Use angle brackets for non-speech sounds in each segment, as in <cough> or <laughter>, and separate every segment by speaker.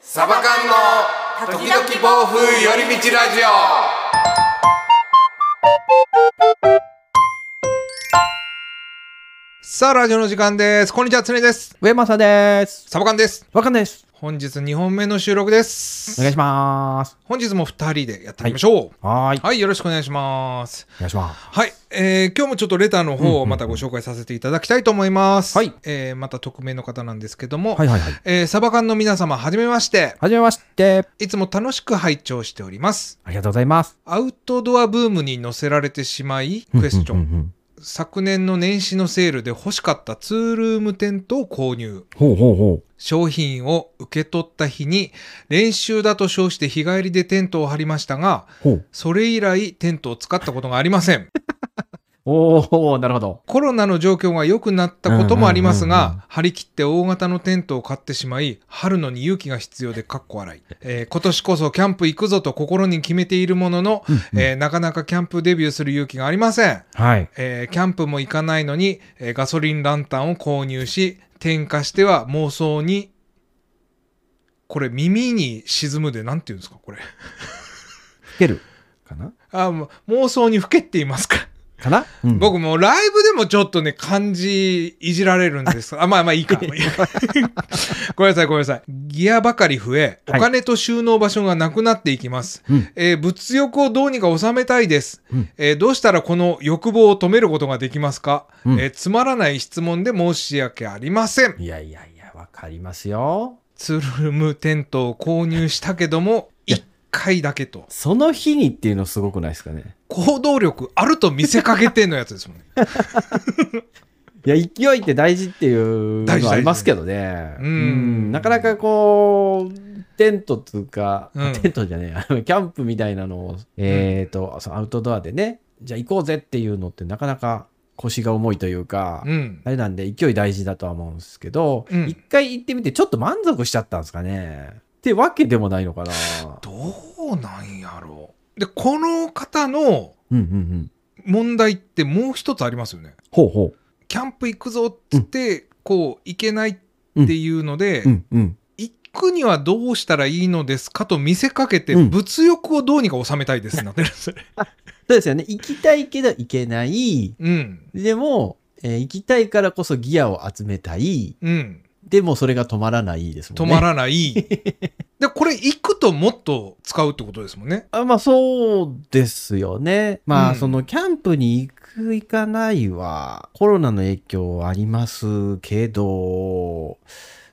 Speaker 1: サバ缶の時々暴風寄り道ラジオさあラジオの時間ですこんにちはつねです
Speaker 2: 上政です。
Speaker 1: サバ缶です
Speaker 2: わかんないです。
Speaker 1: 本日2本目の収録で
Speaker 2: お願い
Speaker 1: す
Speaker 2: します。
Speaker 1: 本日も2人でやっていきましょう
Speaker 2: はーい。
Speaker 1: はい、よろしくお願いします
Speaker 2: お願いします。
Speaker 1: はい、えー今日もちょっとレターの方をまたご紹介させていただきたいと思います、
Speaker 2: はい
Speaker 1: えーまた匿名の方なんですけども、
Speaker 2: はいはいはい。
Speaker 1: えーサバ缶の皆様はじめまして
Speaker 2: はじめまして。
Speaker 1: いつも楽しく拝聴しております
Speaker 2: ありがとうございます。
Speaker 1: アウトドアブームに乗せられてしまいクエスチョ
Speaker 2: うんう
Speaker 1: ン
Speaker 2: んうん。
Speaker 1: 昨年の年始のセールで欲しかったツールームテントを購入
Speaker 2: ほうほうほ
Speaker 1: 商品を受け取った日に練習だと称して日帰りでテントを張りましたが
Speaker 2: う。ほう。
Speaker 1: それ以来テントを使ったことがありません
Speaker 2: おおなるほど。
Speaker 1: コロナの状況が良くなったこともあります
Speaker 2: うんうんうん
Speaker 1: が張り切って大型のテントを買ってしまい張るのに勇気が必要でかっこ笑い、えー今年こそキャンプ行くぞと心に決めているものの、えーなかなかキャンプデビューする勇気がありません
Speaker 2: はい。
Speaker 1: えーキャンプも行かないのに、えーガソリンランタンを購入し点火しては妄想にこれ耳に沈むでなんて言うんですかこれ
Speaker 2: 吹けるかな
Speaker 1: あもう妄想にふけって言いますか、
Speaker 2: かな、うん、
Speaker 1: 僕もうライブでもちょっとね漢字いじられるんです <laughs> あまあまあいいかごめんなさいごめんなさいギアばかり増えお
Speaker 2: はい
Speaker 1: 金と収納場所がなくなっていきます、
Speaker 2: うん
Speaker 1: えー物欲をどうにか収めたいです、
Speaker 2: うん
Speaker 1: えーどうしたらこの欲望を止めることができますか、
Speaker 2: うん
Speaker 1: えーつまらない質問で申し訳ありません
Speaker 2: いやいやいや、わかりますよ。
Speaker 1: ツールームテントを購入したけども
Speaker 2: いや
Speaker 1: 1回だけと
Speaker 2: その日にっていうのすごくないですかね。
Speaker 1: 行動力あると見せかけてのやつですもんね
Speaker 2: いや、勢いって大事っていう
Speaker 1: 大
Speaker 2: の
Speaker 1: 事大事
Speaker 2: ありますけどね。
Speaker 1: うん
Speaker 2: なかなかこう、テントというか、
Speaker 1: うん
Speaker 2: テントじゃねえや、あ <laughs> のキャンプみたいなのを、えっ、と、そのアウトドアでね、じゃあ行こうぜっていうのってなかなか腰が重いというか、
Speaker 1: うん
Speaker 2: あれなんで勢い大事だとは思うんですけど、
Speaker 1: うん
Speaker 2: 一回行ってみてちょっと満足しちゃったんですかね。ってわけでもないのかな。
Speaker 1: どうなんやろうでこの方の
Speaker 2: うんうんうん。
Speaker 1: 問題ってもう一つありますよね
Speaker 2: ほうほ
Speaker 1: キャンプ行くぞっつって、こう行けないっていうので、
Speaker 2: う。うんうん。
Speaker 1: 行くにはどうしたらいいのですかと見せかけて、
Speaker 2: うん
Speaker 1: 物欲をどうにか収めたいですな
Speaker 2: <laughs>
Speaker 1: ってるんですよね
Speaker 2: そうですよね。行きたいけど行けない。
Speaker 1: うん
Speaker 2: でも、えー行きたいからこそギアを集めたい。
Speaker 1: うん
Speaker 2: でもそれが止まらないですも
Speaker 1: 止
Speaker 2: んね。
Speaker 1: まらない、でこれ行くともっと使うってことですもんね
Speaker 2: あまあそうですよね。まあ、
Speaker 1: うん
Speaker 2: そのキャンプに行く行かないはコロナの影響ありますけど、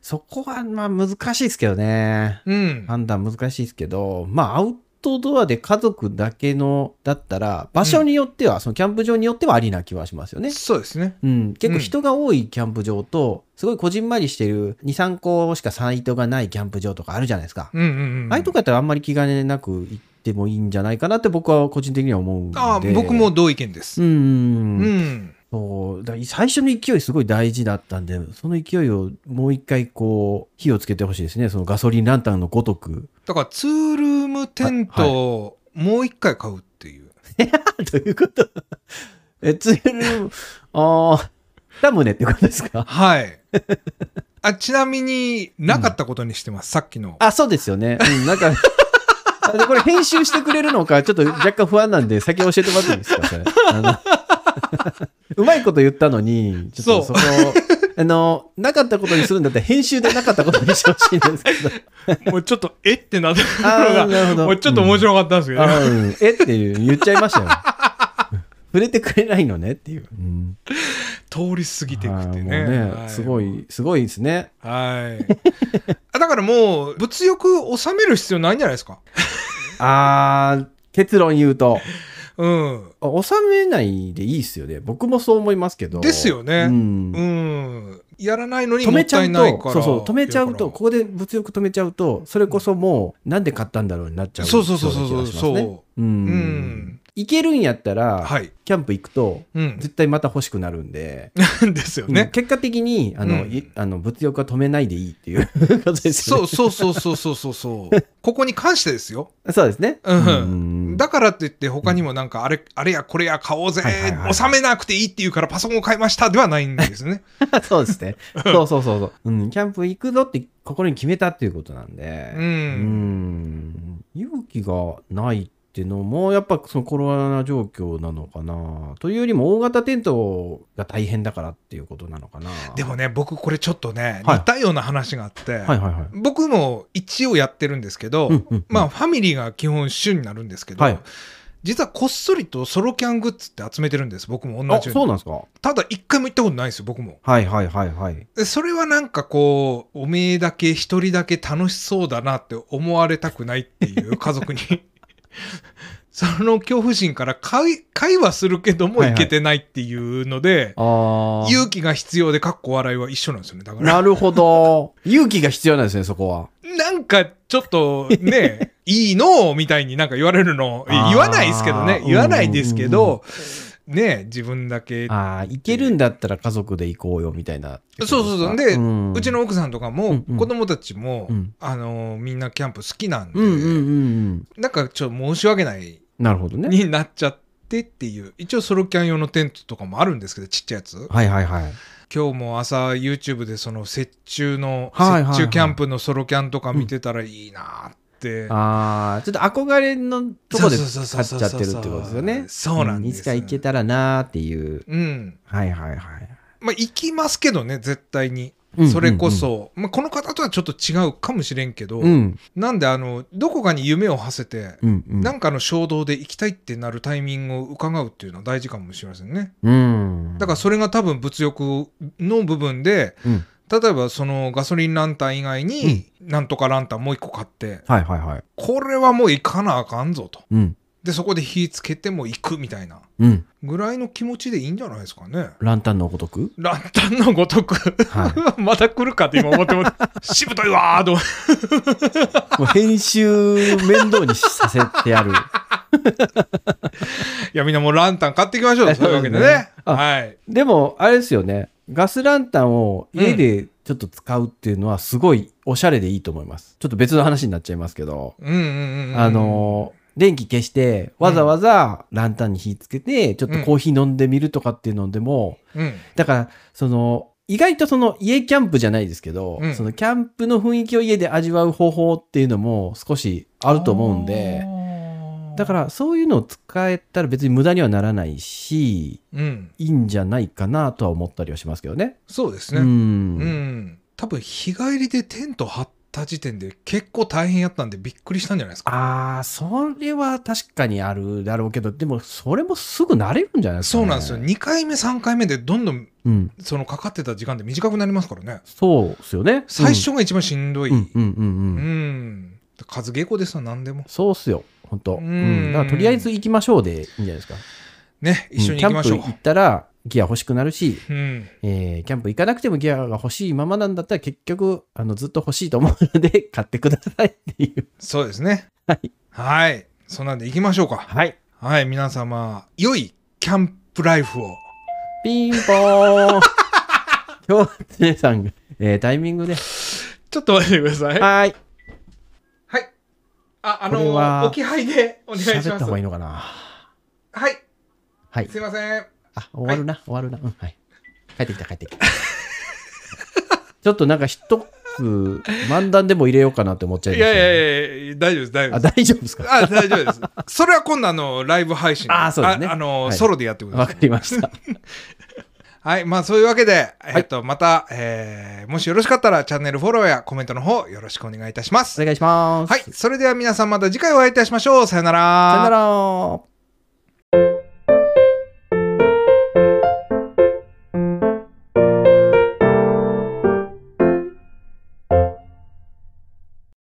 Speaker 2: そこはまあ難しいですけどね。
Speaker 1: うん
Speaker 2: 判断難しいですけど、まあアウトドアで家族だけのだったら場所によっては、そのキャンプ場によってはありな気はしますよね。
Speaker 1: そうですね
Speaker 2: うん、結
Speaker 1: うん
Speaker 2: 構人が多いキャンプ場と、すごいこじんまりしてる23個しかサイトがないキャンプ場とかあるじゃないですか。
Speaker 1: うんうんうん
Speaker 2: ああいうとこやったらあんまり気兼ねなく行ってもいいんじゃないかなって僕は個人的には思うんで。
Speaker 1: あ僕も。同意見で
Speaker 2: う
Speaker 1: す
Speaker 2: ん、
Speaker 1: うん、
Speaker 2: そうだから最初の勢いすごい大事だったんでその勢いをもう一回こう火をつけてほしいですねそのガソリンランタンのごと
Speaker 1: <laughs>
Speaker 2: く
Speaker 1: だからツールームテントをもう一回買うっていう、
Speaker 2: どういうことえつゆるああダムねってことですか
Speaker 1: <laughs> はい。あちなみになかったことにしてます、さっきの。
Speaker 2: あ、そうですよね。うん、なんか、あのこれ編集してくれるのか、ちょっと若干不安なんで、先教えてもらっていいですか、それ。あ
Speaker 1: <laughs>
Speaker 2: のうまいこと言ったのに、ちょっとそ
Speaker 1: そ
Speaker 2: こ、あの、なかったことにするんだったら編集でなかったことにしてほしいんですけど。
Speaker 1: もうちょっと、えってなってる
Speaker 2: あーなるほど
Speaker 1: 白かったんですけ
Speaker 2: うんあうんえっていう言っちゃいましたよ。触れてくれないのねっていう。うん、
Speaker 1: 通り過ぎてくってね。
Speaker 2: あーもう
Speaker 1: は
Speaker 2: すご。い、すごいですね。
Speaker 1: はい。 <laughs> あだからもう、物欲を収める必要ないんじゃないですか。
Speaker 2: あー、結論言うと。
Speaker 1: うん。
Speaker 2: あ収めないでいいっすよね。僕もそう思いますけど。
Speaker 1: ですよね
Speaker 2: うん
Speaker 1: うん。やらないのに
Speaker 2: 止
Speaker 1: もっ
Speaker 2: めちゃ
Speaker 1: た
Speaker 2: う
Speaker 1: いないか
Speaker 2: と、
Speaker 1: ら。
Speaker 2: そうそう、止めちゃうと、
Speaker 1: だか
Speaker 2: ここで物欲止めちゃうと、それこそもう、なんで買ったんだろうになっちゃ
Speaker 1: ら
Speaker 2: う。
Speaker 1: そうそうそうそうそう
Speaker 2: よな気がしますね。
Speaker 1: そうう。うんん。
Speaker 2: 行けるんやったら、
Speaker 1: はい。
Speaker 2: キャンプ行くと、
Speaker 1: うん。
Speaker 2: 絶対また欲しくなるんで、
Speaker 1: <laughs> ですよ
Speaker 2: うん
Speaker 1: ね。
Speaker 2: 結果的に、あの、
Speaker 1: うん
Speaker 2: いあの物欲は止めないでいいっていう <laughs> ことですよ
Speaker 1: そ
Speaker 2: ね。 <laughs>
Speaker 1: うそうそうそうそうそうそう。ここに関してですよ。
Speaker 2: そうですね。
Speaker 1: うんだからって言って他にもなんかあれ、あれやこれや買おうぜ、
Speaker 2: はいはいはいはい
Speaker 1: 収めなくていいっていうからパソコンを買いましたではないんですね。
Speaker 2: <laughs> そうですね。そうそうそうそう。うん、キャンプ行くぞって心に決めたっていうことなんで。<laughs>
Speaker 1: う。
Speaker 2: うんん勇気がないってのもやっぱそのコロナ状況なのかなというよりも大型テントが大変だからっていうことなのかな
Speaker 1: でもね、僕これちょっとね、
Speaker 2: はい
Speaker 1: 似たような話があって、
Speaker 2: はいはいはい、
Speaker 1: 僕も一応やってるんですけど、
Speaker 2: うんうんうん
Speaker 1: まあファミリーが基本主になるんですけど、
Speaker 2: はい
Speaker 1: 実はこっそりとソロキャングッズって集めてるんです僕も同
Speaker 2: あ
Speaker 1: じよう
Speaker 2: そ
Speaker 1: に
Speaker 2: うなんですか
Speaker 1: ただ一回も行ったことないんですよ僕も
Speaker 2: はいはいはいはい
Speaker 1: でそれはなんかこうおめえだけ一人だけ楽しそうだなって思われたくないっていう家族に <laughs> その恐怖心から会会話するけども
Speaker 2: はいはい
Speaker 1: 行けてないっていうので、
Speaker 2: ああ
Speaker 1: 勇気が必要でかっこ笑いは一緒なんですよねだから
Speaker 2: なるほど <laughs> 勇気が必要なんですねそこは
Speaker 1: なんかちょっと
Speaker 2: <laughs>
Speaker 1: ねいいのみたいになんか言われるの
Speaker 2: あー
Speaker 1: 言わないですけどね言わないですけ
Speaker 2: うんうん
Speaker 1: どね自分だけ
Speaker 2: ああ行けるんだったら家族で行こうよみたいな
Speaker 1: そうそうそうで
Speaker 2: ん
Speaker 1: うちの奥さんとか
Speaker 2: う
Speaker 1: も
Speaker 2: んうん
Speaker 1: 子供たちも、
Speaker 2: うん
Speaker 1: あのーみんなキャンプ好きなんで、
Speaker 2: うんうんうんうん
Speaker 1: なんかちょっと申し訳ない
Speaker 2: なるほどね
Speaker 1: になっちゃってっていう一応ソロキャン用のテントとかもあるんですけどちっちゃいやつ
Speaker 2: はいはいはい
Speaker 1: 今日も朝 YouTube でその雪中の、
Speaker 2: はいはいはい
Speaker 1: 雪中キャンプのソロキャンとか見てたらいいなーって、
Speaker 2: ああちょっと憧れのとこで買っちゃってるってことですよね
Speaker 1: そうなんです、
Speaker 2: いつか行けたらなーっていう。
Speaker 1: うん
Speaker 2: はいはいはい。
Speaker 1: まあ行きますけどね絶対にそれこ。そ、まあ、この方とはちょっと違うかもしれんけど、
Speaker 2: うん。
Speaker 1: なんであのどこかに夢を馳せて、
Speaker 2: うんうん。
Speaker 1: なんかの衝動で行きたいってなるタイミングを伺うっていうのは大事かもしれませんね。
Speaker 2: うん。
Speaker 1: だからそれが多分物欲の部分で、
Speaker 2: うん
Speaker 1: 例えばそのガソリンランタン以外に、なんとかランタンもう一個買って、
Speaker 2: はいはいはい。
Speaker 1: これはもう行かなあかんぞと。
Speaker 2: うん。
Speaker 1: で、そこで火つけても行くみたいな
Speaker 2: うん。
Speaker 1: ぐらいの気持ちでいいんじゃないですかね。
Speaker 2: ランタンのごとく。
Speaker 1: ランタンのごとく、 <laughs>
Speaker 2: は
Speaker 1: また来るかって今思っ
Speaker 2: <laughs>
Speaker 1: てもしぶといわーと思って
Speaker 2: もう編集面倒にさせてやる。
Speaker 1: いやみんなもうランタン買っていきましょうそういうわけでね
Speaker 2: あ
Speaker 1: はい
Speaker 2: でも、あれですよね。ガスランタンを家でちょっと使うっていうのはすごいおしゃれでいいと思います。ちょっと別の話になっちゃいますけど。
Speaker 1: うんうんうんうん
Speaker 2: あのー電気消して、わざわざランタンに火つけて、ちょっとコーヒー飲んでみるとかっていうのでも、
Speaker 1: うん
Speaker 2: だから、その、意外とその家キャンプじゃないですけど、
Speaker 1: うん、
Speaker 2: そのキャンプの雰囲気を家で味わう方法っていうのも少しあると思うんで、だかららそういうのを使えたら別に無駄にはならないし、
Speaker 1: うん、
Speaker 2: いいんじゃないかなとは思ったりはしますけどね。
Speaker 1: そうです
Speaker 2: う
Speaker 1: ね、うん
Speaker 2: ん。
Speaker 1: 多分日帰りでテント張った時点で結構大変やったんでびっくりしたんじゃないですか
Speaker 2: ああ、それは確かにあるだろうけど、でもそれもすぐ慣れるんじゃないですか、
Speaker 1: そ
Speaker 2: ね。
Speaker 1: うなんですよ2回目3回目でどんどん
Speaker 2: うん。
Speaker 1: そのかかってた時間で短くなりますからね
Speaker 2: そうですよね。
Speaker 1: 最初が一番しんどい、
Speaker 2: う
Speaker 1: うんん
Speaker 2: うんうんうんうん。
Speaker 1: 数稽古ですわ何でも
Speaker 2: そうっすよ。本当。う
Speaker 1: うん
Speaker 2: ん。だからとりあえず行きましょうでいいんじゃないですか。
Speaker 1: ね一緒に行きましょ
Speaker 2: ん
Speaker 1: う
Speaker 2: キャンプ行ったらギア欲しくなるし、
Speaker 1: うん、
Speaker 2: えーキャンプ行かなくてもギアが欲しいままなんだったら結局あのずっと欲しいと思うので <laughs> 買ってくださいっていう。
Speaker 1: そうですね
Speaker 2: はい
Speaker 1: はいそんなんで行きましょうか
Speaker 2: はい。
Speaker 1: はい皆様良いキャンプライフを
Speaker 2: ピンポーン <laughs> 今日はつねさんが、えータイミングで。
Speaker 1: ちょっと待ってください
Speaker 2: はーい。
Speaker 1: はい。あ、あ
Speaker 2: これ
Speaker 1: の
Speaker 2: は
Speaker 1: 置き配でお願いし
Speaker 2: 喋
Speaker 1: ま
Speaker 2: っ
Speaker 1: す。
Speaker 2: た方が
Speaker 1: はい
Speaker 2: い
Speaker 1: い。
Speaker 2: のかなはい
Speaker 1: す。いません。
Speaker 2: あ、終わるな、終わるな。うん、はい。帰ってきた、帰ってきた。 <laughs> ちょっとなんか一つ漫談でも入れようかなって思っちゃい
Speaker 1: い
Speaker 2: ました
Speaker 1: や
Speaker 2: ね、
Speaker 1: いやいや、大丈夫です、大丈
Speaker 2: あ、
Speaker 1: 夫で
Speaker 2: 大
Speaker 1: す。
Speaker 2: 丈夫ですか
Speaker 1: あ、大丈夫
Speaker 2: <laughs>
Speaker 1: です。それは今度あの、ライブ配信。
Speaker 2: あそうですね
Speaker 1: あの、
Speaker 2: はい
Speaker 1: ソロでやってくだ
Speaker 2: わ
Speaker 1: さ
Speaker 2: か
Speaker 1: い。
Speaker 2: りました。
Speaker 1: はい。まあ、そういうわけで、えっと、また、えーもしよろしかったら、チャンネルフォローやコメントの方、よろしくお願いいたします。
Speaker 2: お願いします。
Speaker 1: はい。それでは皆さんまた次回お会いいたしましょう。さよなら。
Speaker 2: さよなら。